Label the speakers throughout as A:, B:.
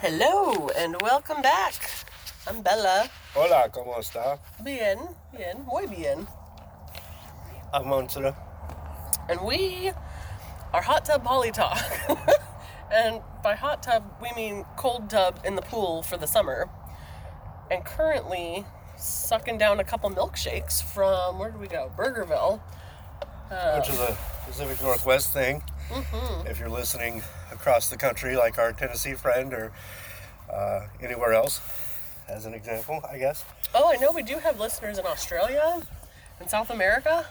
A: Hello and welcome back. I'm Bella.
B: Hola, ¿cómo está?
A: Bien, bien, muy bien.
B: I'm Montana.
A: And we are hot tub Polly talk. and by hot tub, we mean cold tub in the pool for the summer. And currently sucking down a couple milkshakes from where did we go? Burgerville.
B: Which is a Pacific Northwest thing. If you're listening across the country, like our Tennessee friend or uh, anywhere else, as an example, I guess.
A: Oh, I know we do have listeners in Australia and South America.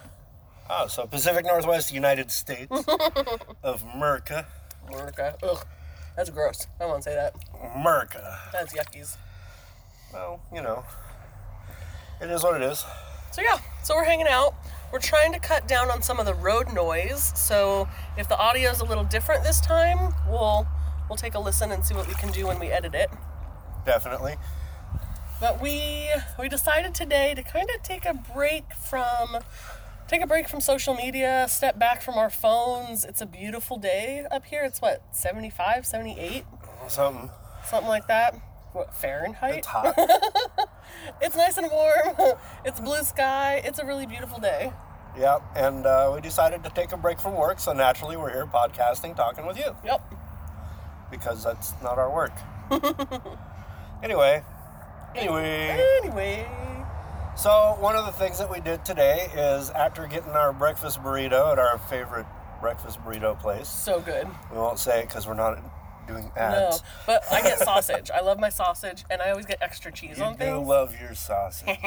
B: Oh, so Pacific Northwest, United States of Merca.
A: America. Ugh. That's gross. I won't say that.
B: Merca.
A: That's yuckies.
B: Well, you know, it is what it is.
A: So yeah, so we're hanging out. We're trying to cut down on some of the road noise. So if the audio is a little different this time, we'll we'll take a listen and see what we can do when we edit it.
B: Definitely.
A: But we we decided today to kind of take a break from take a break from social media, step back from our phones. It's a beautiful day up here. It's what 75, 78,
B: Something.
A: something like that. What Fahrenheit?
B: It's hot.
A: It's nice and warm. it's blue sky. It's a really beautiful day.
B: yep. And uh, we decided to take a break from work, so naturally we're here podcasting, talking with you.
A: Yep.
B: because that's not our work. anyway, anyway,
A: Anyway,
B: so one of the things that we did today is after getting our breakfast burrito at our favorite breakfast burrito place,
A: so good.
B: we won't say it because we're not doing
A: No,
B: ads.
A: but I get sausage. I love my sausage, and I always get extra cheese
B: You
A: on
B: do
A: things.
B: love your sausage.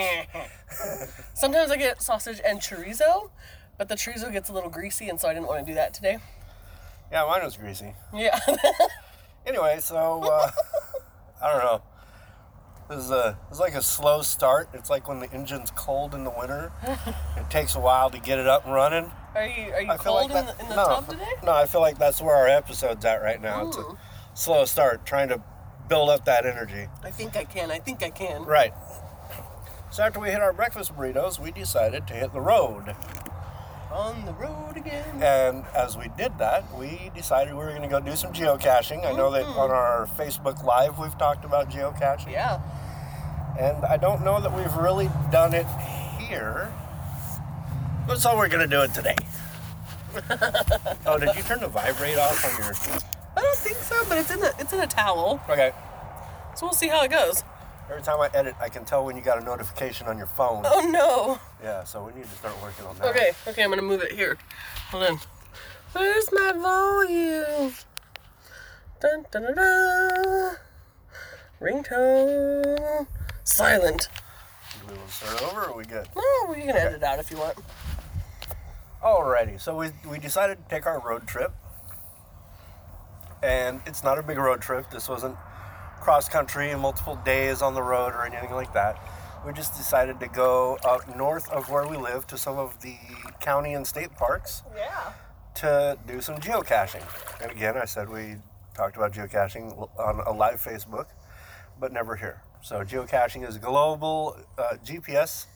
A: Sometimes I get sausage and chorizo, but the chorizo gets a little greasy, and so I didn't want to do that today.
B: yeah, mine was greasy.
A: Yeah,
B: Anyway, so uh, I don't know. This is a it's like a slow start. It's like when the engine's cold in the winter. it takes a while to get it up and running.
A: are you are you
B: I feel
A: cold
B: like
A: in
B: that-
A: the, in the
B: no,
A: tub today? Oh.
B: No, I feel like that's where our episode's at right now. It's a
A: Ooh.
B: slow start, trying to build up that energy.
A: I think I can. I think I can.
B: Right. So after we hit our breakfast burritos, we decided to hit the road.
A: On the road again.
B: And as we did that, we decided we were going to go do some geocaching. I know that on our Facebook Live we've talked about geocaching.
A: Mm-hmm. Yeah,
B: And I don't know that we've really done it here. But so we're going to do it today. oh, did you turn the vibrate off on your.
A: I don't think so, but it's in a it's in a towel,
B: Okay.
A: so we'll see how it goes.
B: Every time I edit, I can tell when you got a notification on your phone.
A: Oh no.
B: Yeah, so we need to start working on that.
A: Okay, okay, I'm gonna move it here. Hold on. Where's my volume? Dun dun dun dun. Ringtone. Silent.
B: Do we will start over or are we good?
A: Oh, you can edit it out if you want.
B: Alrighty, so we, we decided to take our road trip. And it's not a big road trip. This wasn't cross country and multiple days on the road or anything like that. We just decided to go up north of where we live to some of the county and state parks
A: Yeah.
B: to do some geocaching. And again, I said we talked about geocaching on a live Facebook, but never here. So geocaching is global uh, GPS,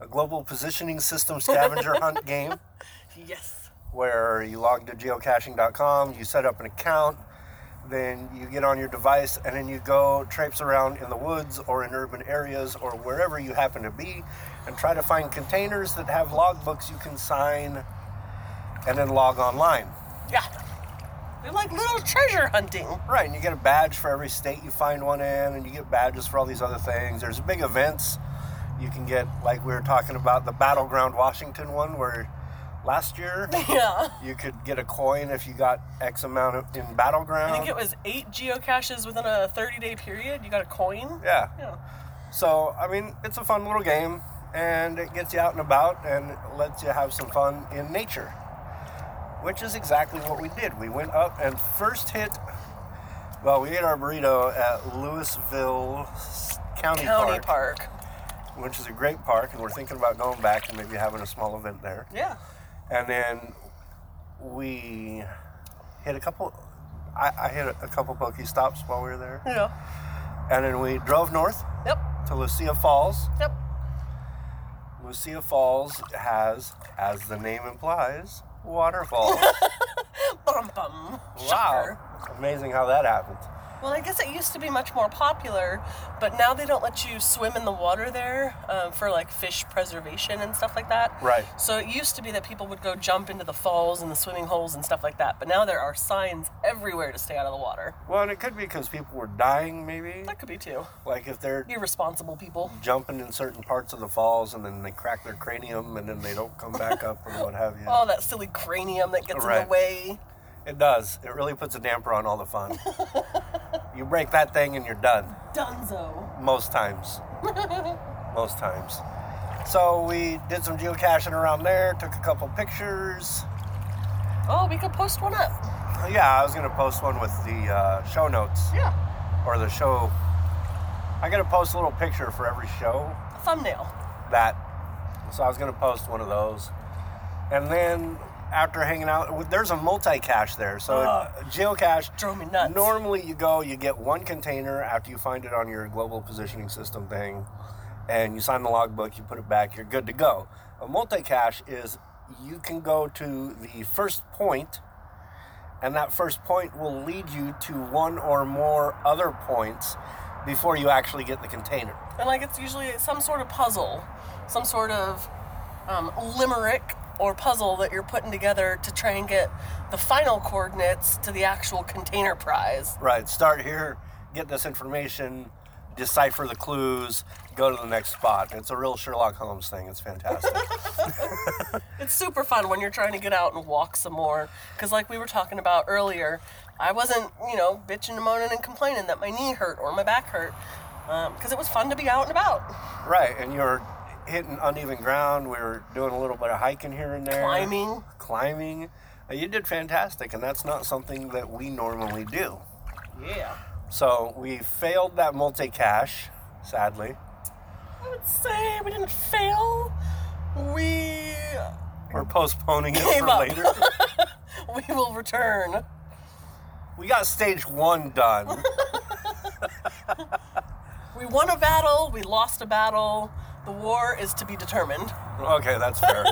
B: a global positioning system scavenger hunt game
A: Yes.
B: where you log to geocaching.com, you set up an account, then you get on your device, and then you go traipse around in the woods or in urban areas or wherever you happen to be and try to find containers that have logbooks you can sign and then log online.
A: Yeah. They're like little treasure hunting.
B: Right, and you get a badge for every state you find one in, and you get badges for all these other things. There's big events. You can get, like we were talking about, the Battleground Washington one, where last year
A: Yeah.
B: you could get a coin if you got X amount of, in
A: I
B: Battleground.
A: think it was eight geocaches within a 30 day period. You got a coin.
B: yeah.
A: Yeah.
B: So, I mean, it's a fun little game, and it gets you out and about and it lets you have some fun in nature, which is exactly what we did. We went up and first hit, well, we ate our burrito at Louisville S- County,
A: County
B: Park,
A: park.
B: which is a great park, and we're thinking about going back and maybe having a small event there.
A: Yeah.
B: And then we hit a couple. I, I hit a, a couple pokey stops while we were there,
A: Yeah.
B: and then we drove north
A: Yep.
B: to Lucia Falls.
A: Yep.
B: Lucia Falls has, as the name implies, waterfalls.
A: Bum bum.
B: wow.
A: Shocker.
B: Amazing how that happens.
A: Well, I guess it used to be much more popular, but now they don't let you swim in the water there um, for like fish preservation and stuff like that.
B: Right.
A: So it used to be that people would go jump into the falls and the swimming holes and stuff like that, but now there are signs everywhere to stay out of the water.
B: Well, and it could be because people were dying, maybe.
A: That could be too.
B: Like if they're
A: Irresponsible people.
B: jumping in certain parts of the falls and then they crack their cranium and then they don't come back up or what have you.
A: Oh, that silly cranium that gets in
B: Right.
A: the way.
B: It does. It really puts a damper on all the fun. you break that thing and you're done.
A: Dunzo.
B: Most times. Most times. So we did some geocaching around there, took a couple pictures.
A: Oh, we could post one up.
B: Yeah, I was gonna post one with the uh, show notes
A: Yeah.
B: or the show. I gotta post a little picture for every show
A: A thumbnail.
B: that. So I was gonna post one of those, and then after hanging out, there's a multi-cache there. So
A: Ugh.
B: geocache.
A: Drove me nuts.
B: Normally, you go, you get one container after you find it on your global positioning system thing, and you sign the logbook, you put it back, you're good to go. A multi cache is you can go to the first point, and that first point will lead you to one or more other points before you actually get the container.
A: And like it's usually some sort of puzzle, some sort of um, limerick or puzzle that you're putting together to try and get the final coordinates to the actual container prize.
B: Right, start here, get this information, decipher the clues, go to the next spot. It's a real Sherlock Holmes thing, it's fantastic.
A: It's super fun when you're trying to get out and walk some more. Because, like we were talking about earlier, I wasn't, you know, bitching and moaning and complaining that my knee hurt or my back hurt. Because it was fun to be out and about,
B: Right, and you're hitting uneven ground. We were doing a little bit of hiking here and there.
A: climbing.
B: Climbing. Uh, You did fantastic, and that's not something that we normally do.
A: Yeah.
B: So we failed that multi cache, sadly.
A: I would say we didn't fail. We
B: We're postponing it
A: Gave
B: for
A: up.
B: later.
A: we will return.
B: we got stage one done.
A: We won a battle, we lost a battle. The war is to be determined.
B: Okay, that's fair.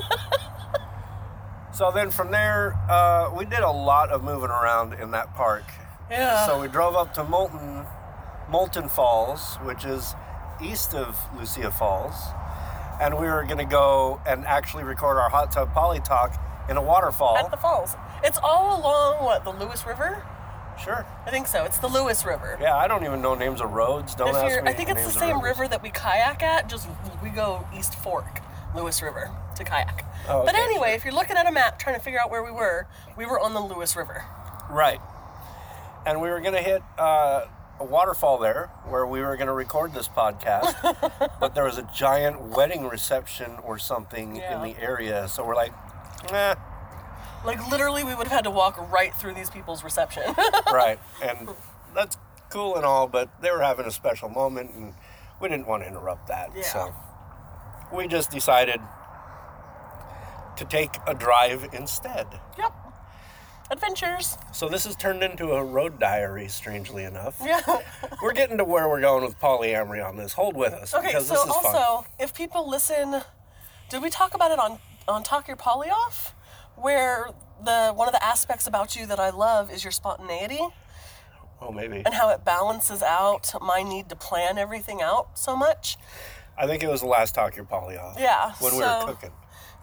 B: so then from there, uh, we did a lot of moving around in that park.
A: Yeah.
B: So we drove up to Molten, Molten Falls, which is east of Lucia Falls, and we were gonna go and actually record our hot tub poly talk in a waterfall.
A: At the falls. It's all along what, the Lewis River?
B: sure.
A: I think so. It's the Lewis River.
B: Yeah, I don't even know names of roads. Don't
A: If
B: ask
A: you're,
B: me.
A: I think it's the
B: names of
A: same
B: rivers.
A: river that we kayak at, just we go East Fork, Lewis River to kayak.
B: Oh,
A: But
B: okay,
A: anyway,
B: sure.
A: if you're looking at a map trying to figure out where we were, we were on the Lewis River.
B: Right. And we were going to hit uh, a waterfall there where we were going to record this podcast, but there was a giant wedding reception or something
A: Yeah.
B: in the area. So we're like, eh,
A: Like literally, we would have had to walk right through these people's reception.
B: right. And that's cool and all, but they were having a special moment and we didn't want to interrupt that.
A: Yeah.
B: So we just decided to take a drive instead.
A: yep. Adventures.
B: So this has turned into a road diary, strangely enough.
A: Yeah.
B: We're getting to where we're going with polyamory on this. Hold with us
A: Okay,
B: because
A: so
B: this is
A: also,
B: fun.
A: if people listen, did we talk about it on on Talk Your Poly Off, where the one of the aspects about you that I love is your spontaneity
B: Oh, maybe.
A: and how it balances out my need to plan everything out so much.
B: I think it was the last talk your poly off.
A: Yeah,
B: When we
A: so-
B: were cooking.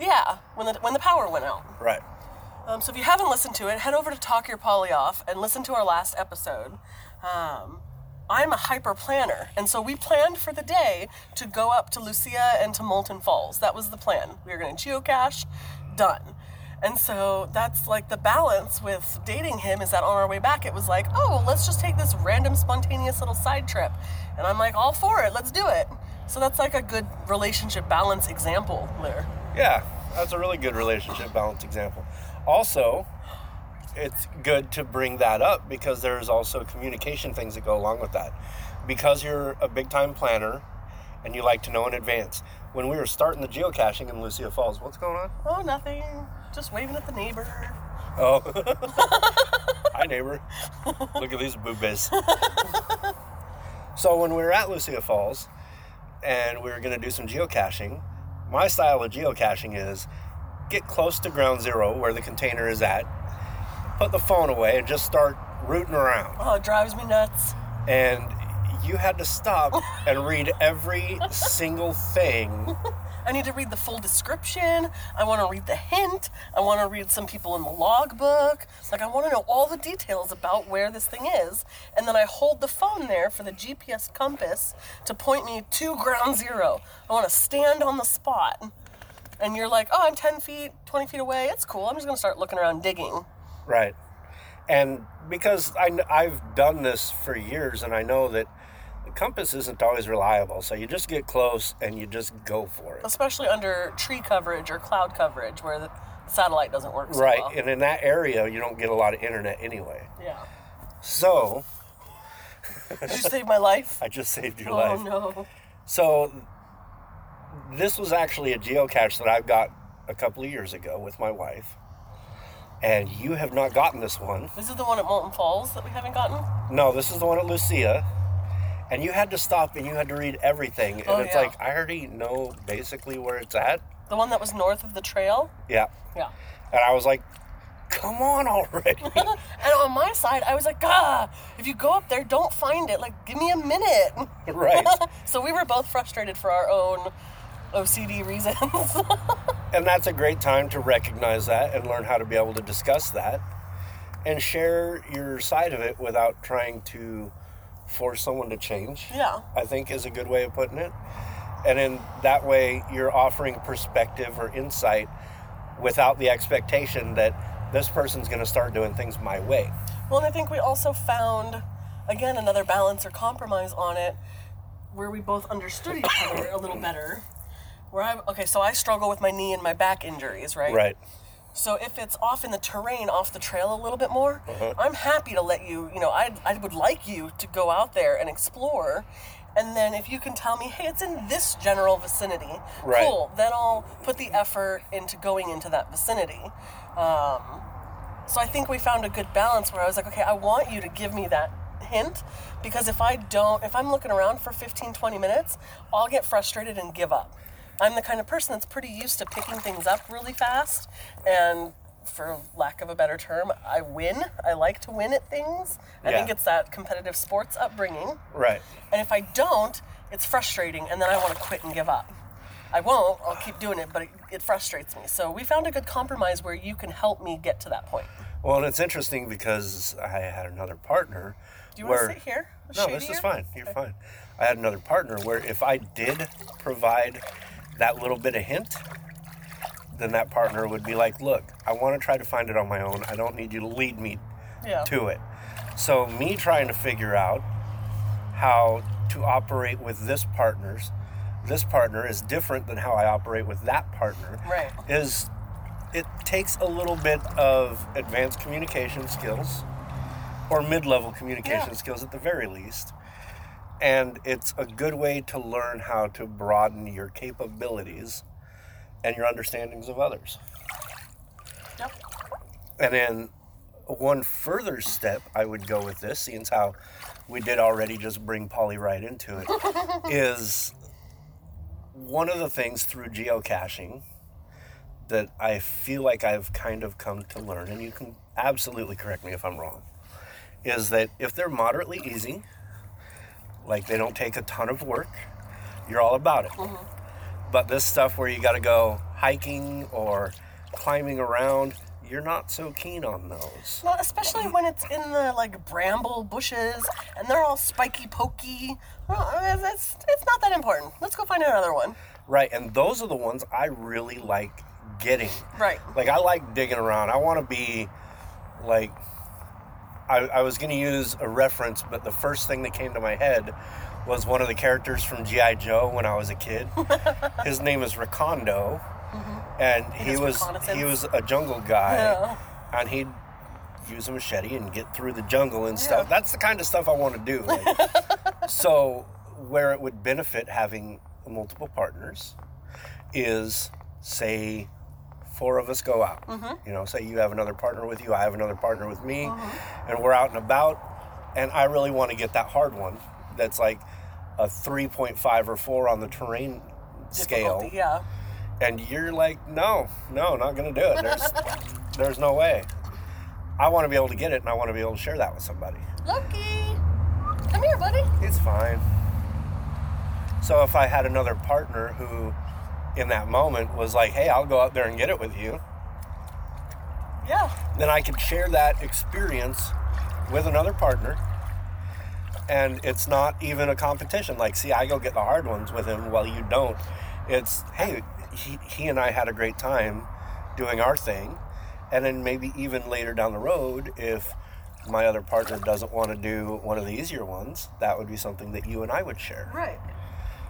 A: Yeah, when the when the power went out.
B: Right.
A: Um, so if you haven't listened to it, head over to Talk Your Poly Off and listen to our last episode. Um, I'm a hyper planner, and so we planned for the day to go up to Lucia and to Molten Falls. That was the plan. We were going to geocache, done. And so that's like the balance with dating him is that on our way back, it was like, oh, let's just take this random, spontaneous little side trip. And I'm like, all for it, let's do it. So that's like a good relationship balance example there.
B: Yeah, that's a really good relationship balance example. Also, it's good to bring that up because there's also communication things that go along with that. Because you're a big time planner and you like to know in advance. When we were starting the geocaching in Lucia Falls, what's going on?
A: Oh, nothing, just waving at the neighbor.
B: Oh. Hi, neighbor. Look at these boobies. so, when we were at Lucia Falls and we were going to do some geocaching, my style of geocaching is get close to ground zero where the container is at, put the phone away, and just start rooting around.
A: Oh, it drives me nuts.
B: And you had to stop and read every single thing.
A: I need to read the full description. I want to read the hint. I want to read some people in the logbook. Like, I want to know all the details about where this thing is. And then I hold the phone there for the GPS compass to point me to ground zero. I want to stand on the spot. And you're like, oh, I'm 10 feet, 20 feet away. It's cool. I'm just going to start looking around digging.
B: Right. And because I, kn- I've done this for years and I know that the compass isn't always reliable. So you just get close and you just go for it.
A: Especially under tree coverage or cloud coverage where the satellite doesn't work so
B: Right.
A: well.
B: And in that area, you don't get a lot of internet anyway.
A: Yeah.
B: So
A: Did you save my life?
B: I just saved your
A: oh,
B: life.
A: no.
B: So this was actually a geocache that I got a couple of years ago with my wife. And you have not gotten this one.
A: This is the one at Molten Falls that we haven't gotten?
B: No, this is the one at Lucia. And you had to stop and you had to read everything. And
A: Oh,
B: it's
A: yeah.
B: like, I already know basically where it's at.
A: The one that was north of the trail?
B: Yeah.
A: Yeah.
B: And I was like, come on already.
A: And on my side, I was like, ah, if you go up there, don't find it. Like, give me a minute.
B: right.
A: so we were both frustrated for our own OCD reasons.
B: And that's a great time to recognize that and learn how to be able to discuss that and share your side of it without trying to force someone to change.
A: yeah.
B: I think is a good way of putting it. And in that way, you're offering perspective or insight without the expectation that this person's going to start doing things my way.
A: Well, and I think we also found, again, another balance or compromise on it where we both understood each other a little better. Where I'm, okay, so I struggle with my knee and my back injuries, right?
B: Right.
A: So if it's off in the terrain, off the trail a little bit more, I'm happy to let you, you know, I, I would like you to go out there and explore. And then if you can tell me, hey, it's in this general vicinity,
B: Right.
A: cool, then I'll put the effort into going into that vicinity. Um, so I think we found a good balance where I was like, okay, I want you to give me that hint because if I don't, if I'm looking around for 15, 20 minutes, I'll get frustrated and give up. I'm the kind of person that's pretty used to picking things up really fast and for lack of a better term, I win. I like to win at things. I
B: Yeah.
A: think it's that competitive sports upbringing.
B: Right.
A: And if I don't, it's frustrating, and then I want to quit and give up. I won't. I'll keep doing it, but it, it frustrates me. So we found a good compromise where you can help me get to that point.
B: Well, and it's interesting because I had another partner.
A: Do you
B: where,
A: want to sit here?
B: No, this is
A: Shadier?
B: fine. You're fine. I had another partner where if I did provide that little bit of hint, then that partner would be like, look, I want to try to find it on my own. I don't need you to lead me
A: Yeah.
B: to it. So me trying to figure out how to operate with this partner's this partner is different than how I operate with that partner.
A: Right.
B: Is it takes a little bit of advanced communication skills or mid-level communication
A: Yeah.
B: skills at the very least. And it's a good way to learn how to broaden your capabilities and your understandings of others.
A: Yep.
B: And then one further step I would go with this, seeing as how we did already just bring Polly right into it, is one of the things through geocaching that I feel like I've kind of come to learn, and you can absolutely correct me if I'm wrong, is that if they're moderately easy, like they don't take a ton of work, you're all about it. But this stuff where you got to go hiking or climbing around, you're not so keen on those.
A: Well, especially when it's in the like bramble bushes and they're all spiky pokey. Well, uh, it's, it's not that important. Let's go find another one.
B: Right, and those are the ones I really like getting.
A: Right.
B: Like I like digging around. I want to be like I, I was going to use a reference, but the first thing that came to my head was one of the characters from GI Joe when I was a kid. His name is Recondo, and he
A: does
B: was
A: Mm-hmm. reconnaissance. Oh.
B: he was a jungle guy,
A: Yeah.
B: and he'd use a machete and get through the jungle and stuff.
A: Yeah.
B: That's the kind of stuff I want to do. like- so where it would benefit having multiple partners is say four of us go out.
A: Mm-hmm.
B: You know, say you have another partner with you, I have another partner with me,
A: Uh-huh.
B: and we're out and about. And I really want to get that hard one that's like a 3.5 or 4 on the terrain scale.
A: Difficulty, Yeah.
B: And you're like, no, no, not going to do it. There's, there's no way. I want to be able to get it and I want to be able to share that with somebody.
A: Loki, come here, buddy.
B: It's fine. So if I had another partner who, in that moment, was like, hey, I'll go out there and get it with you,
A: Yeah.
B: then I could share that experience with another partner. And it's not even a competition. Like, see, I go get the hard ones with him while you don't. It's, hey, he, he and I had a great time doing our thing. And then maybe even later down the road, if my other partner doesn't want to do one of the easier ones, that would be something that you and I would share.
A: Right.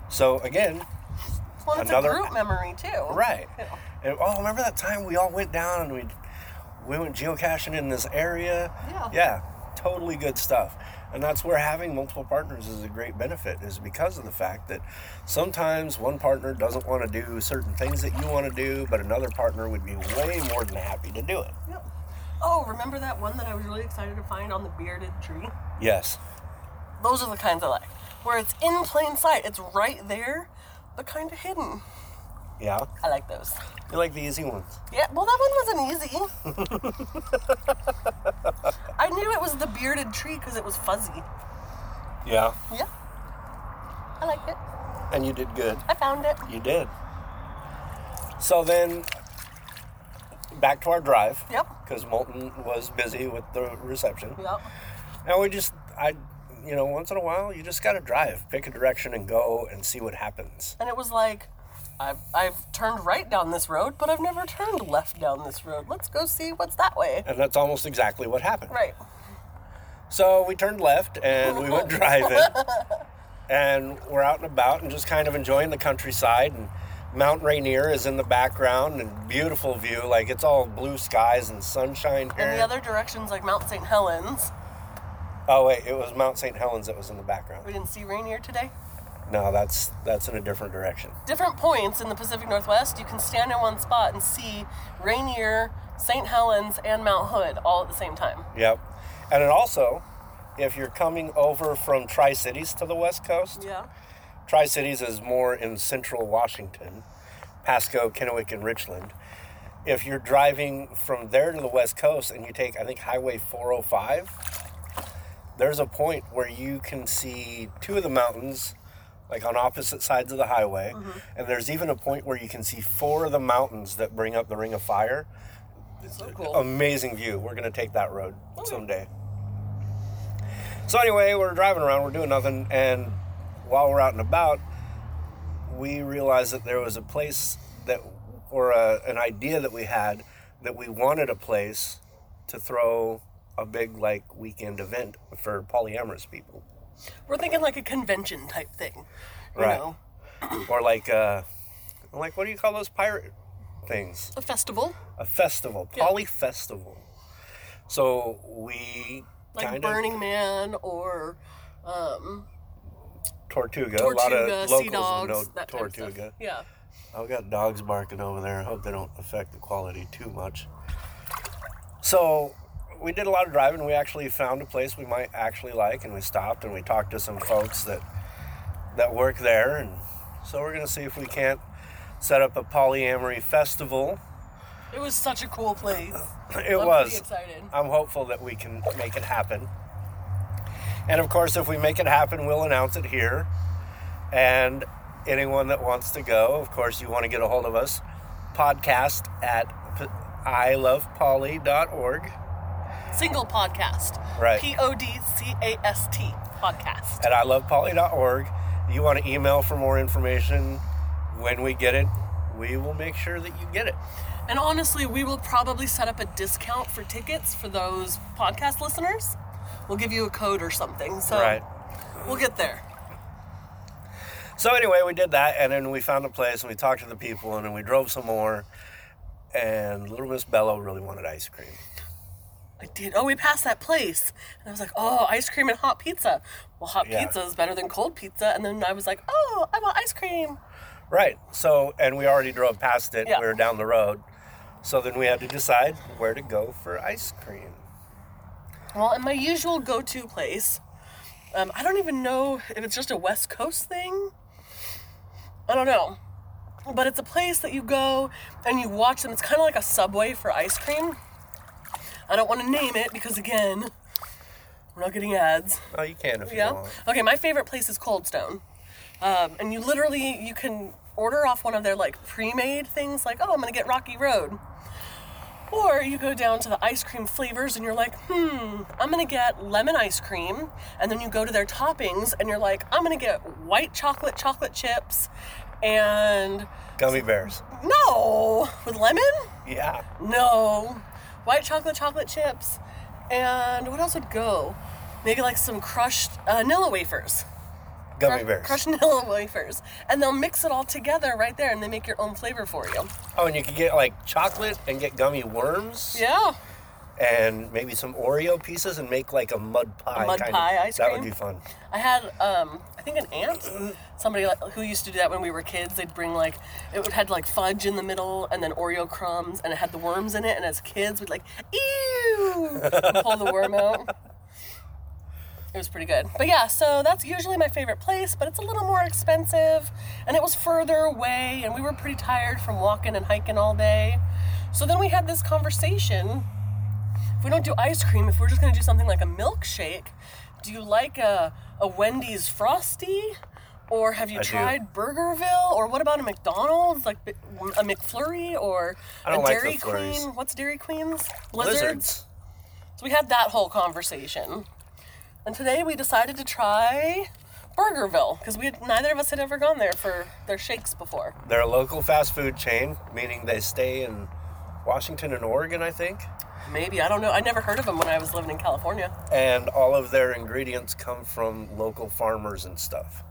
B: So, again,
A: Well, it's
B: Another-
A: a group memory too.
B: Right.
A: Yeah.
B: And oh, remember that time we all went down and we we went geocaching in this area?
A: Yeah.
B: Yeah. Totally good stuff. And that's where having multiple partners is a great benefit is because of the fact that sometimes one partner doesn't want to do certain things that you want to do, but another partner would be way more than happy to do it.
A: Yep. Oh, remember that one that I was really excited to find on the bearded tree?
B: Yes.
A: Those are the kinds I like. Where it's in plain sight, it's right there, but kind of hidden.
B: Yeah.
A: I like those.
B: You like the easy ones.
A: Yeah, well, that one wasn't easy. I knew it was the bearded tree because it was fuzzy.
B: Yeah.
A: Yeah. I like it.
B: And you did good.
A: I found it.
B: You did. So then back to our drive.
A: Yep.
B: because Moulton was busy with the reception.
A: Yep.
B: And we just, I, you know, once in a while, you just gotta drive, pick a direction, and go and see what happens.
A: And it was like, I've, I've turned right down this road, but I've never turned left down this road. Let's go see what's that way.
B: And that's almost exactly what happened.
A: Right.
B: So we turned left and we went driving, and we're out and about and just kind of enjoying the countryside. And Mount Rainier is in the background and beautiful view, like it's all blue skies and sunshine here.
A: And the other direction's like Mount St. Helens.
B: oh wait, it was Mount St. Helens that was in the background.
A: We didn't see Rainier today.
B: No, that's that's in a different direction.
A: Different points in the Pacific Northwest, you can stand in one spot and see Rainier, St. Helens, and Mount Hood all at the same time.
B: Yep. And it also, if you're coming over from Tri Cities to the West Coast,
A: Yeah.
B: Tri Cities is more in central Washington, Pasco, Kennewick, and Richland. If you're driving from there to the West Coast and you take, I think, Highway 405, there's a point where you can see two of the mountains, like on opposite sides of the highway. And there's even a point where you can see four of the mountains that bring up the Ring of Fire.
A: So cool.
B: Um, Amazing view. We're gonna take that road
A: Oh,
B: someday. So anyway, we're driving around, we're doing nothing, and while we're out and about, we realized that there was a place that, or a, an idea that we had, that we wanted a place to throw a big like weekend event for polyamorous people,
A: We're thinking like a convention type thing. You
B: Right.
A: know,
B: or like, uh, like what do you call those pirate things?
A: a festival,
B: A festival, poly festival. So we
A: like
B: kind of.
A: Burning Man or
B: Tortuga. a lot
A: Tortuga,
B: of
A: Sea
B: locals
A: Dogs,
B: know
A: that kind of
B: Tortuga.
A: stuff. Yeah.
B: I've got dogs barking over there. I hope they don't affect the quality too much. So we did a lot of driving. We actually found a place we might actually like, and we stopped and we talked to some folks that that work there, and so we're gonna see if we can't set up a polyamory festival.
A: It was such a cool place.
B: It
A: I'm
B: was.
A: pretty excited.
B: I'm hopeful that we can make it happen. And of course, if we make it happen, we'll announce it here. And anyone that wants to go, of course, you want to get a hold of us. Podcast at p- ilovepoly.org.
A: Single podcast.
B: Right.
A: P O D C A S T podcast.
B: At ilovepoly.org. You want to email for more information. When we get it, we will make sure that you get it.
A: And honestly, we will probably set up a discount for tickets for those podcast listeners. We'll give you a code or something. So
B: Right.
A: we'll get there.
B: So anyway, we did that, and then we found a place, and we talked to the people, and then we drove some more. And little Miss Bello really wanted ice cream.
A: I did. Oh, we passed that place. And I was like, oh, ice cream and hot pizza. Well, hot
B: Yeah.
A: pizza is better than cold pizza. And then I was like, oh, I want ice cream.
B: Right. So, and we already drove past it.
A: Yeah.
B: We were down the road. So then we had to decide where to go for ice cream.
A: Well, and my usual go to place, um, I don't even know if it's just a West Coast thing. I don't know. But it's a place that you go and you watch them. It's kind of like a subway for ice cream. I don't want to name it because, again, we're not getting ads.
B: Oh, you can if you
A: Yeah.
B: want.
A: Okay, my favorite place is Cold Stone. Um, and you literally you can order off one of their like pre-made things like, "Oh, I'm going to get Rocky Road." Or you go down to the ice cream flavors and you're like, "Hmm, I'm going to get lemon ice cream." And then you go to their toppings and you're like, "I'm going to get white chocolate chocolate chips and
B: Gummy bears.
A: no, with lemon?"
B: Yeah.
A: No. White chocolate chocolate chips. And what else would go? Maybe like some crushed uh, Nilla wafers.
B: Gummy
A: Cru-
B: bears.
A: Crushed Nilla wafers. And they'll mix it all together right there and they make your own flavor for you.
B: Oh, and you could get like chocolate and get gummy worms.
A: Yeah.
B: And maybe some Oreo pieces and make like a mud pie.
A: mud
B: kind
A: pie
B: of.
A: ice
B: That
A: cream?
B: would be fun.
A: I had, um, I think an aunt, somebody like, who used to do that when we were kids. They'd bring like, it would had like fudge in the middle and then Oreo crumbs and it had the worms in it. And as kids, we'd like, ew, and pull the worm out. It was pretty good. But yeah, so that's usually my favorite place, but it's a little more expensive and it was further away and we were pretty tired from walking and hiking all day. So then we had this conversation if we don't do ice cream, if we're just gonna do something like a milkshake, do you like a, a Wendy's Frosty? Or have you
B: I do.
A: tried Burgerville? Or what about a McDonald's, like a McFlurry or
B: I don't
A: a
B: like
A: Dairy
B: McFlurries.
A: Queen? What's Dairy Queen's?
B: Lizards.
A: So we had that whole conversation. And today we decided to try Burgerville because we had, neither of us had ever gone there for their shakes before.
B: They're a local fast food chain, meaning they stay in Washington and Oregon, I think.
A: Maybe, I don't know. I never heard of them when I was living in California.
B: And all of their ingredients come from local farmers and stuff.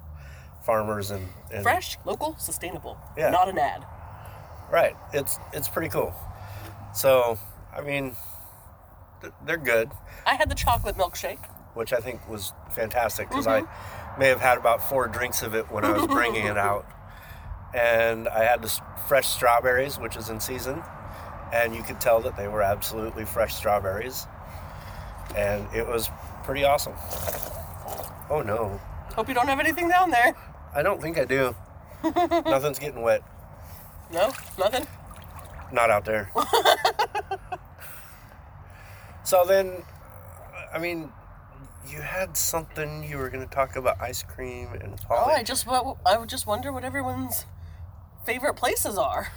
B: Farmers and, and
A: Fresh, local, sustainable.
B: Yeah.
A: Not an ad.
B: Right. It's it's pretty cool. So, I mean, th- they're good,
A: I had the chocolate milkshake.
B: which I think was fantastic because I may have had about four drinks of it when I was bringing it out, and I had the s- fresh strawberries, which is in season, and you could tell that they were absolutely fresh strawberries, and it was pretty awesome. Oh no,
A: Hope you don't have anything down there.
B: I don't think I do. Nothing's getting wet.
A: No, nothing.
B: not out there. so then, I mean, you had something you were going to talk about ice cream and
A: Oh,
B: poly.
A: I just wa- I would just wonder what everyone's favorite places are.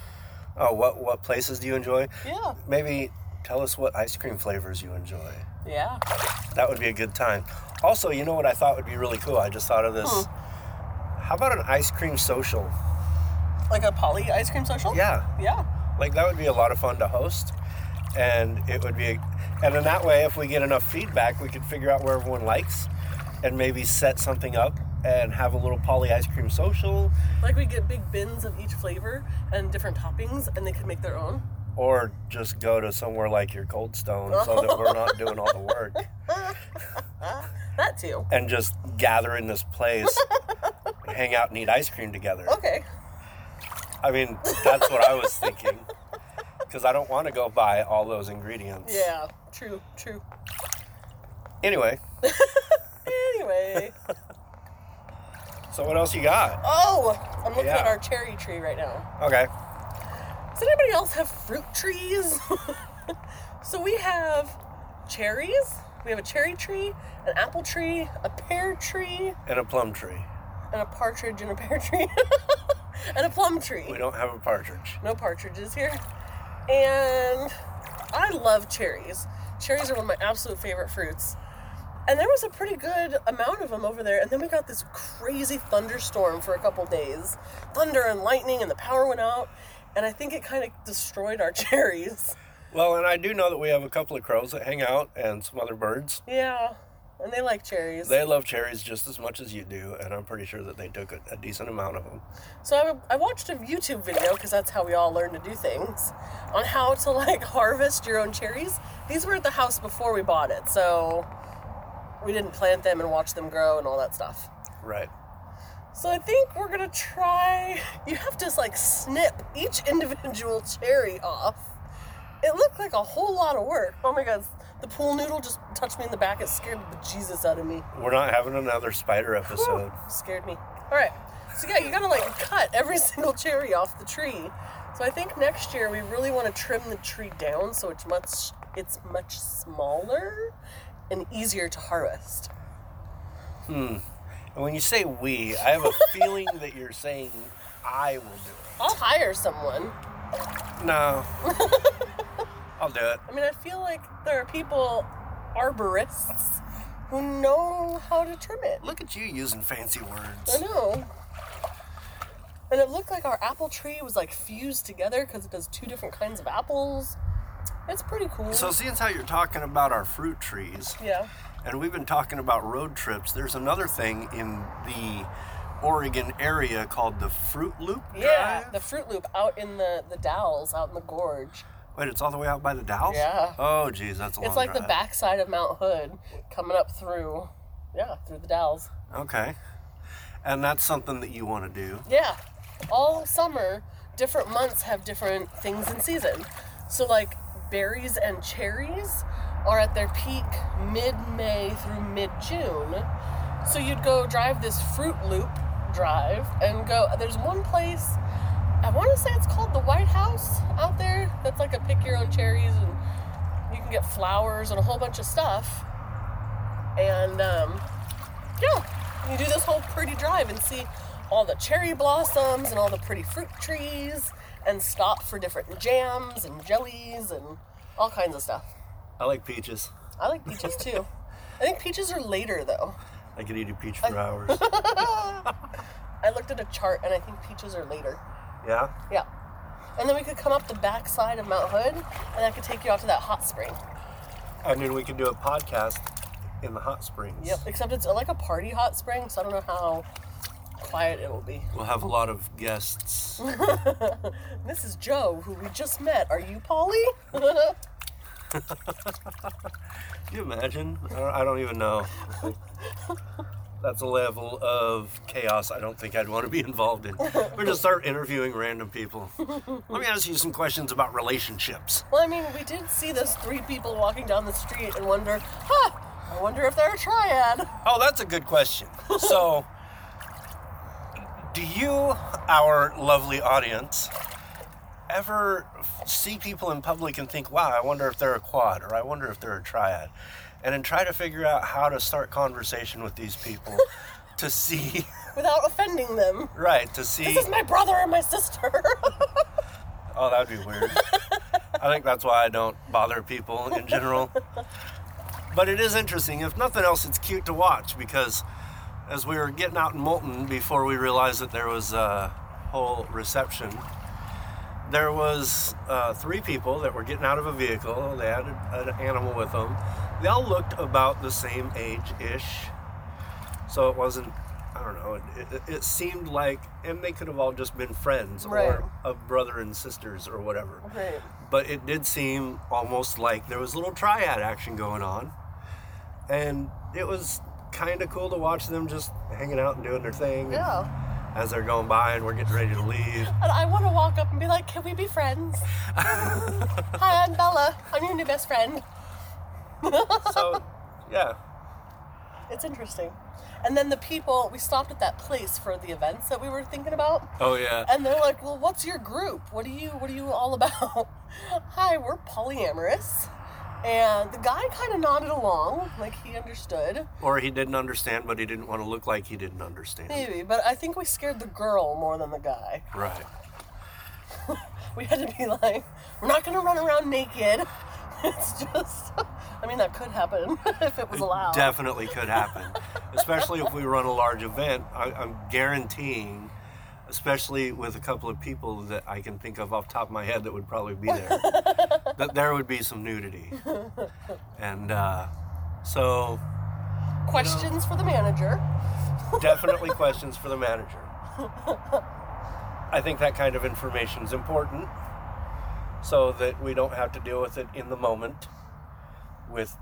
B: oh, what what places do you enjoy?
A: Yeah,
B: Maybe tell us what ice cream flavors you enjoy.
A: yeah.
B: That would be a good time. Also, you know what I thought would be really cool? I just thought of this. How about an ice cream social?
A: Like a poly ice cream social.
B: Yeah.
A: yeah.
B: Like that would be a lot of fun to host, and it would be, and in that way, if we get enough feedback, we could figure out where everyone likes, and maybe set something up and have a little poly ice cream social,
A: Like we get big bins of each flavor and different toppings, and they could make their own.
B: or just go to somewhere like your Cold Stone so that we're not doing all the work
A: That too.
B: and just gather in this place, hang out and eat ice cream together.
A: Okay.
B: I mean, that's what I was thinking, because I don't want to go buy all those ingredients.
A: Yeah. True. True.
B: Anyway,
A: Anyway.
B: so what else you got?
A: oh, I'm looking at
B: Yeah.
A: our cherry tree right now.
B: Okay.
A: Does anybody else have fruit trees? so we have cherries. We have a cherry tree, an apple tree, a pear tree,
B: And a plum tree.
A: and a partridge and a pear tree, and a plum tree.
B: We don't have a partridge.
A: No partridges here. And I love cherries. Cherries are one of my absolute favorite fruits. And there was a pretty good amount of them over there. And then we got this crazy thunderstorm for a couple days thunder and lightning, and the power went out. And I think it kind of destroyed our cherries.
B: Well, and I do know that we have a couple of crows that hang out and some other birds.
A: Yeah. And they like cherries.
B: They love cherries just as much as you do, and I'm pretty sure that they took a, a decent amount of them.
A: So I, I watched a YouTube video because that's how we all learn to do things on how to like harvest your own cherries. These were at the house before we bought it, so we didn't plant them and watch them grow and all that stuff.
B: Right.
A: So I think we're gonna try. You have to like snip each individual cherry off. It looked like a whole lot of work. Oh my god, the pool noodle just touched me in the back. It scared the Jesus out of me.
B: We're not having another spider episode.
A: Scared me. All right. So yeah, you gotta like cut every single cherry off the tree. So I think next year we really want to trim the tree down so it's much it's much smaller and easier to harvest.
B: And when you say we, I have a feeling that you're saying I will do
A: I'll hire someone.
B: it. No. I'll do it.
A: I mean, I feel like there are people, arborists, who know how to trim it.
B: Look at you using fancy
A: I
B: words.
A: know. And it looked like our apple tree was like fused together because it does two different kinds of apples. It's pretty cool.
B: So, seeing as how you're talking about our fruit trees,
A: yeah.
B: and we've been talking about road trips, there's another thing in the Oregon area called the Fruit Loop.
A: Yeah,
B: Drive.
A: the Fruit Loop out in the the Dalles, out in the gorge.
B: Wait, it's all the way out by the Dalles?
A: Yeah.
B: Oh, geez, that's a long
A: It's like the
B: drive.
A: backside of Mount Hood, coming up through, yeah, through the Dalles.
B: Okay. And that's something that you want to do.
A: Yeah, all summer, different months have different things in season. So like berries and cherries are at their peak mid-May through mid-June. So you'd go drive this Fruit Loop drive and go. There's one place, I want to say it's called the White House out there. That's like a pick your own cherries and you can get flowers and a whole bunch of stuff. And um, yeah, you do this whole pretty drive and see all the cherry blossoms and all the pretty fruit trees and stop for different jams and jellies and all kinds of stuff.
B: I like peaches.
A: I like peaches too. I think peaches are later though.
B: I could eat a peach for hours.
A: I looked at a chart and I think peaches are later.
B: yeah?
A: Yeah. And then we could come up the back side of Mount Hood and I could take you out to that hot spring.
B: And then we could do a podcast in the hot springs.
A: Yep. Except it's uh, like a party hot spring, so I don't know how quiet it'll be.
B: We'll have a lot of guests.
A: This is Joe, who we just met. Are you Polly?
B: Can you imagine? I don't, I don't even know. That's a level of chaos I don't think I'd want to be involved in. We just start interviewing random people. Let me ask you some questions about relationships.
A: Well, I mean, we did see those three people walking down the street and wonder, huh, I wonder if they're a triad.
B: Oh, that's a good question. So, do you, our lovely audience, ever see people in public and think, wow, I wonder if they're a quad or I wonder if they're a triad? And then try to figure out how to start conversation with these people to see,
A: Without offending them.
B: right, to see.
A: This is my brother and my sister.
B: Oh, that'd be weird. I think that's why I don't bother people in general. But it is interesting. If nothing else, it's cute to watch because as we were getting out in Moulton before we realized that there was a whole reception, there was uh, three people that were getting out of a vehicle. They had a, an animal with them. They all looked about the same age-ish. So it wasn't, I don't know, it, it, it seemed like, and they could have all just been friends
A: Right.
B: or of brother and sisters or whatever.
A: Right.
B: But it did seem almost like there was a little triad action going on. And it was kind of cool to watch them just hanging out and doing their thing
A: yeah.
B: as they're going by and we're getting ready to leave.
A: And I want to walk up and be like, can we be friends? Hi, I'm Bella. I'm your new best friend.
B: So, yeah.
A: It's interesting. And then the people, we stopped at that place for the events that we were thinking about.
B: Oh, yeah.
A: And they're like, "Well, what's your group? What are you What are you all about?" Hi, we're polyamorous, and the guy kind of nodded along, like he understood,
B: Or he didn't understand, but he didn't want to look like he didn't understand.
A: maybe. But I think we scared the girl more than the guy.
B: Right.
A: We had to be like, "We're not gonna run around naked." It's just, I mean, that could happen if it was allowed.
B: Definitely could happen, especially if we run a large event. I, I'm guaranteeing, especially with a couple of people that I can think of off the top of my head that would probably be there, that there would be some nudity. And uh, so,
A: Questions for the manager.
B: definitely questions for the manager. I think that kind of information is important so that we don't have to deal with it in the moment with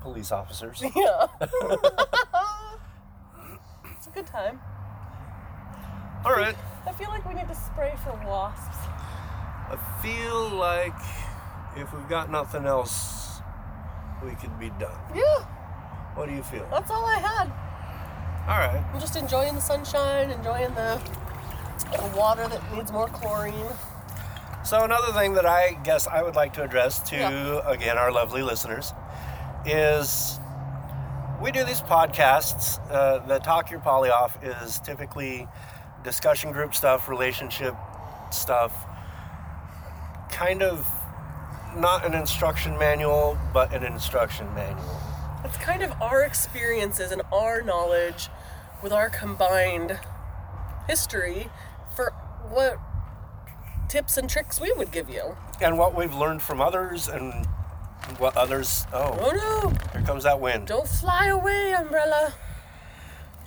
B: police officers.
A: Yeah. it's a good time.
B: All right.
A: I feel like we need to spray for wasps.
B: I feel like if we've got nothing else, we could be done.
A: Yeah,
B: What do you feel? All
A: that's all I had.
B: right.
A: I'm just enjoying the sunshine, enjoying the, the water that needs more chlorine.
B: So another thing that I guess I would like to address to
A: Yeah.
B: again our lovely listeners is we do these podcasts. Uh, the Talk Your Poly Off is typically discussion group stuff, relationship stuff, kind of not an instruction manual, but an instruction manual.
A: It's kind of our experiences and our knowledge with our combined history for what tips and tricks we would give you.
B: And what we've learned from others and what others. Oh,
A: Oh no,
B: here comes that wind.
A: don't fly away, umbrella.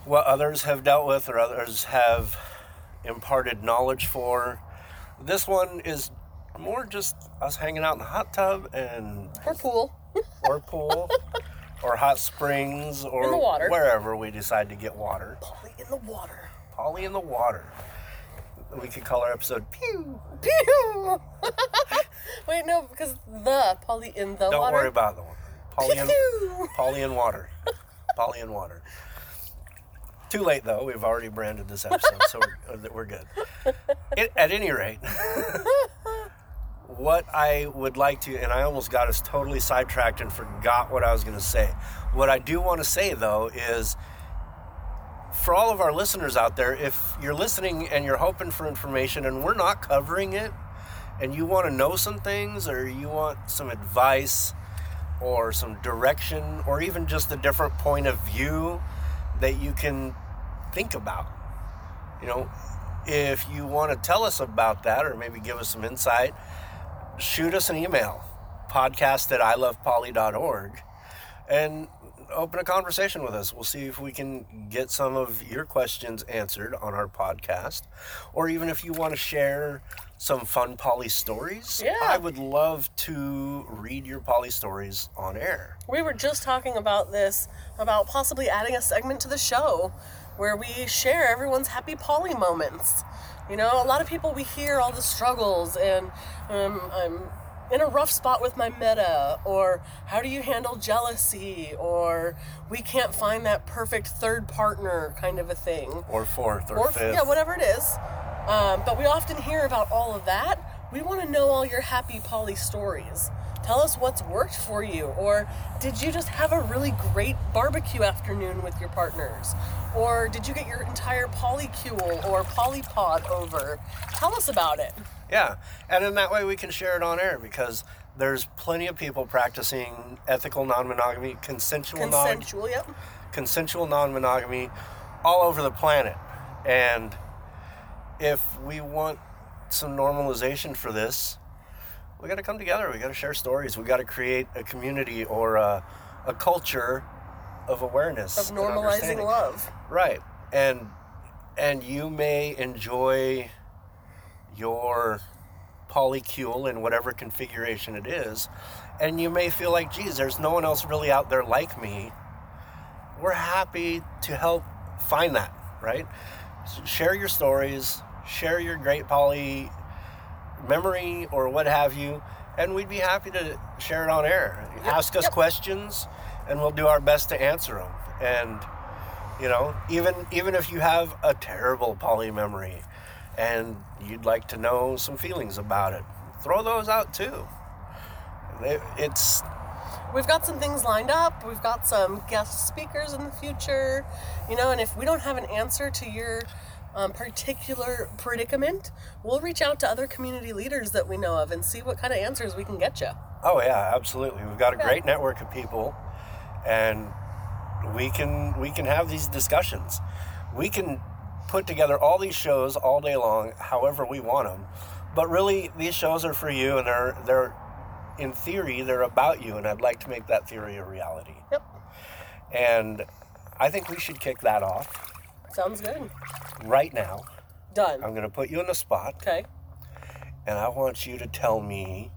B: what others have dealt with or others have imparted knowledge for. This one is more just us hanging out in the hot tub and
A: Or pool.
B: or pool or hot springs or
A: In the water.
B: wherever we decide to get water.
A: Polly in the water.
B: Polly in the water. We could call our episode Pew.
A: Pew! Wait, no, because the Polly in the
B: Don't
A: water.
B: worry about the one. Polly in
A: Pew!
B: Polly in water. Polly in water. Too late though. We've already branded this episode, so we're, uh, we're good. It, at any rate, what I would like to, and I almost got us totally sidetracked and forgot what I was going to say. What I do want to say though is. For all of our listeners out there, if you're listening and you're hoping for information and we're not covering it, and you want to know some things or you want some advice, or some direction or even just a different point of view that you can think about. You know, if you want to tell us about that or maybe give us some insight, shoot us an email podcast at ilovepoly.org and open a conversation with us. We'll see if we can get some of your questions answered on our podcast or even if you want to share some fun poly stories.
A: Yeah.
B: I would love to read your poly stories on air.
A: We were just talking about this, about possibly adding a segment to the show where we share everyone's happy Polly moments. You know, a lot of people, we hear all the struggles and um, I'm in a rough spot with my meta, or how do you handle jealousy, or we can't find that perfect third partner kind of a thing.
B: Or fourth or,
A: or
B: fifth.
A: yeah, whatever it is. Um, but we often hear about all of that. We want to know all your happy Polly stories. Tell us what's worked for you, or did you just have a really great barbecue afternoon with your partners, or did you get your entire polycule or polypod over? Tell us about it.
B: Yeah, and in that way we can share it on air because there's plenty of people practicing ethical non-monogamy, consensual non
A: Consensual, yep.
B: consensual non-monogamy all over the planet. And if we want some normalization for this, we got to come together. We got to share stories. We got to create a community or a, a culture of awareness,
A: Of
B: and
A: normalizing
B: understanding.
A: love.
B: Right. And and you may enjoy your polycule in whatever configuration it is, and you may feel like, geez, there's no one else really out there like me. We're happy to help find that, right? S- Share your stories, share your great poly memory or what have you, and we'd be happy to share it on air. Ask us
A: yep.
B: questions, and we'll do our best to answer them. And you know, even even if you have a terrible poly memory, and you'd like to know some feelings about it, throw those out too. They- It's
A: We've got some things lined up. We've got some guest speakers in the future, you know. And if we don't have an answer to your um, particular predicament, we'll reach out to other community leaders that we know of and see what kind of answers we can get you.
B: oh yeah, absolutely. We've got a
A: Yeah.
B: great network of people, and we can we can have these discussions. We can put together all these shows all day long, however we want them. But really, these shows are for you, and they're they're in theory they're about you, and I'd like to make that theory a reality.
A: Yep,
B: And I think we should kick that off
A: sounds good.
B: right now.
A: Done.
B: I'm going to put you on the spot,
A: Okay.
B: and I want you to tell me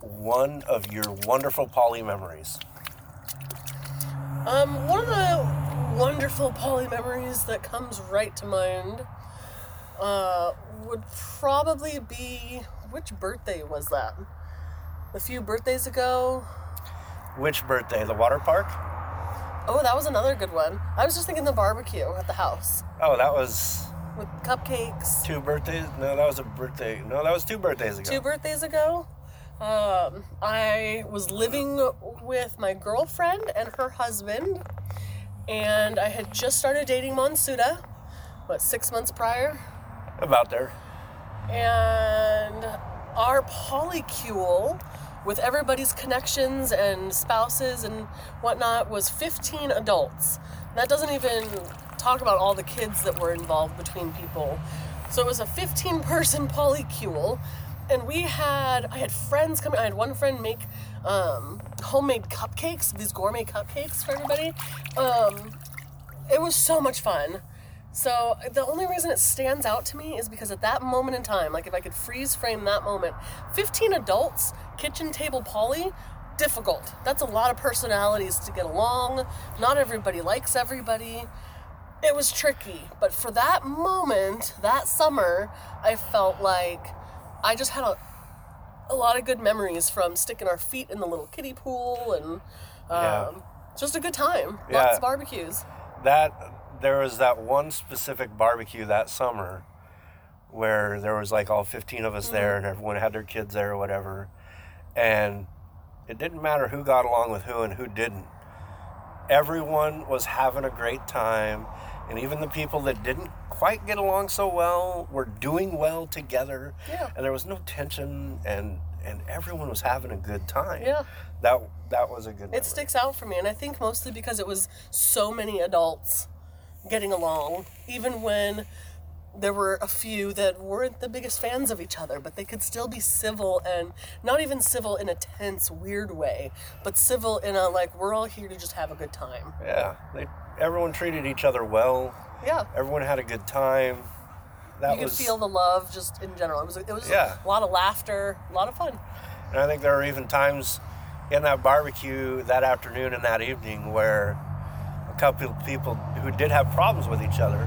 B: one of your wonderful poly memories.
A: Um, one of the wonderful poly memories that comes right to mind uh, would probably be which birthday was that? A few birthdays ago,
B: Which birthday? The water park?
A: Oh, that was another good one. I was just thinking the barbecue at the house.
B: Oh, that was
A: with cupcakes.
B: Two birthdays? No, that was a birthday. No, that was two birthdays ago.
A: two birthdays ago. Um, I was living with my girlfriend and her husband, and I had just started dating Monsuda, what, six months prior?
B: About there.
A: And our polycule with everybody's connections and spouses and whatnot was 15 adults. That doesn't even talk about all the kids that were involved between people. So it was a 15 person polycule. And we had, I had friends coming, I had one friend make um, homemade cupcakes, these gourmet cupcakes for everybody. Um, it was so much fun. So the only reason it stands out to me is because at that moment in time, like if I could freeze frame that moment, 15 adults, kitchen table poly, difficult. That's a lot of personalities to get along. Not everybody likes everybody. It was tricky, but for that moment, that summer, I felt like I just had a, a lot of good memories from sticking our feet in the little kiddie pool and
B: Yeah.
A: um, just a good time.
B: Yeah.
A: Lots of barbecues.
B: That there was that one specific barbecue that summer where there was like all 15 of us
A: Mm-hmm.
B: there and everyone had their kids there or whatever. And it didn't matter who got along with who and who didn't. Everyone was having a great time. And even the people that didn't quite get along so well were doing well together.
A: Yeah.
B: And there was no tension and and everyone was having a good time.
A: Yeah.
B: That that was a good memory.
A: It sticks out for me, and I think mostly because it was so many adults getting along, even when there were a few that weren't the biggest fans of each other, but they could still be civil and not even civil in a tense, weird way, but civil in a like, we're all here to just have a good time.
B: Yeah, they, everyone treated each other well.
A: Yeah.
B: Everyone had a good time. That
A: You could
B: was,
A: feel the love just in general. It was, it was
B: Yeah.
A: a lot of laughter, a lot of fun.
B: and I think there were even times in that barbecue that afternoon and that evening where a couple of people who did have problems with each other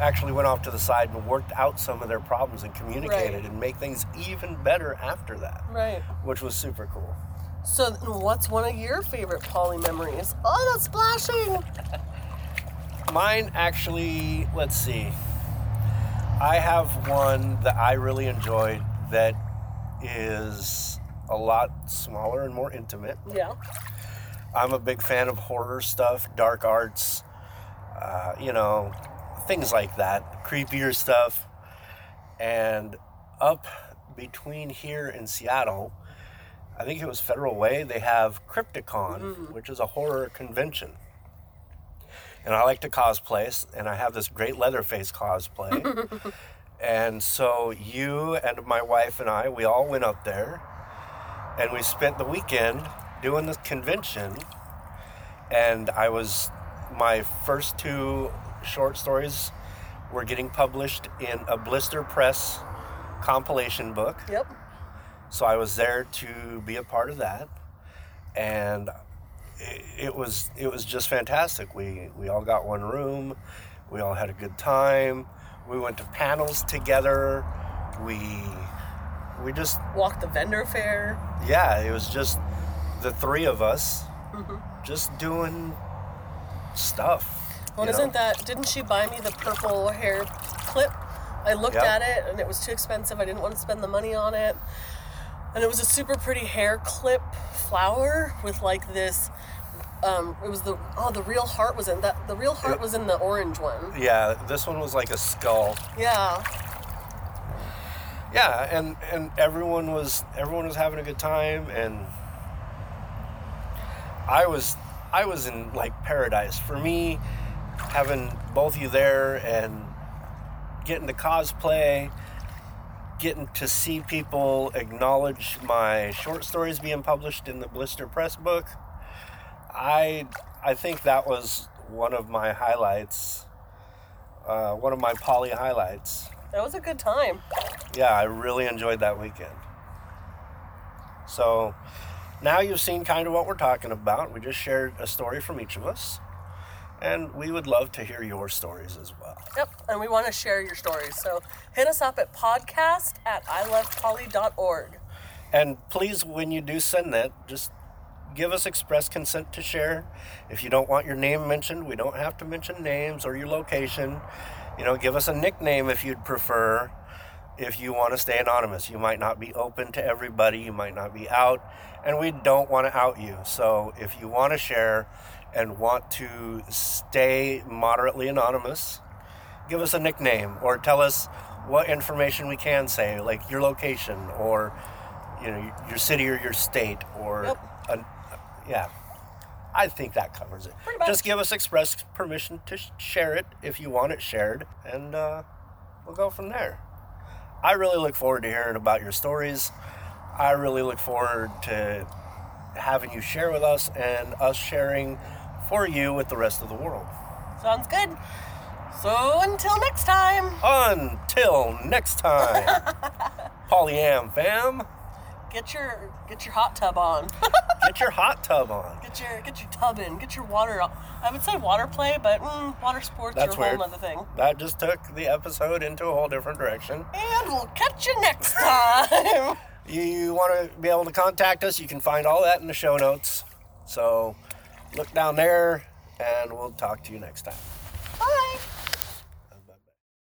B: actually went off to the side and worked out some of their problems and communicated
A: Right.
B: and make things even better after that,
A: Right.
B: which was super cool.
A: So, th- what's one of your favorite Polly memories? Oh, that's splashing!
B: Mine actually, let's see. I have one that I really enjoyed that is a lot smaller and more intimate.
A: Yeah.
B: I'm a big fan of horror stuff, dark arts, uh, you know, things like that, creepier stuff. And up between here and Seattle, I think it was Federal Way, they have Crypticon, which is a horror convention. And I like to cosplay, s- and I have this great Leatherface cosplay. and so you and my wife and I, we all went up there and we spent the weekend doing this convention and i was my first two short stories were getting published in a blister press compilation book
A: Yep.
B: so i was there to be a part of that and it, it was it was just fantastic we we all got one room we all had a good time we went to panels together we we just
A: Walk the vendor fair.
B: yeah, it was just the three of us
A: Mm-hmm.
B: just doing stuff.
A: Well,
B: you know?
A: isn't that? Didn't she buy me the purple hair clip? I looked
B: Yeah.
A: at it and it was too expensive. I didn't want to spend the money on it. And it was a super pretty hair clip flower with like this. Um, it was the oh the real heart was in that the real heart was in the orange one.
B: Yeah, this one was like a skull.
A: Yeah,
B: Yeah, and and everyone was everyone was having a good time, and I was I was in like paradise for me, having both you there and getting to cosplay. Getting to see people acknowledge my short stories being published in the Blister Press book, I I think that was one of my highlights, uh, one of my poly highlights.
A: that was a good time.
B: Yeah, I really enjoyed that weekend. So now you've seen kind of what we're talking about. We just shared a story from each of us, and we would love to hear your stories as well.
A: Yep, and we want to share your stories. So hit us up at podcast at ilovepoly.org.
B: And please, when you do send that, just give us express consent to share. If you don't want your name mentioned, we don't have to mention names or your location. You know, give us a nickname if you'd prefer. If you want to stay anonymous, you might not be open to everybody, you might not be out, and we don't want to out you. So if you want to share and want to stay moderately anonymous, give us a nickname or tell us what information we can say, like your location or you know your city or your state or
A: Yep.
B: a, yeah. I think that covers it.
A: Pretty much.
B: Just give us express permission to sh- share it if you want it shared, and uh, we'll go from there. I really look forward to hearing about your stories. I really look forward to having you share with us and us sharing for you with the rest of the world.
A: Sounds good. So until next time,
B: Until next time, Polyam fam,
A: get your get your hot tub on.
B: get your hot tub on.
A: get your get your tub in. Get your water. on. I would say water play, but mm, water sports
B: That's
A: are a whole
B: weird.
A: nother thing.
B: That just took the episode into a whole different direction.
A: And we'll catch you next time.
B: You want to be able to contact us, you can find all that in the show notes. So look down there, and we'll talk to you next time.
A: Bye.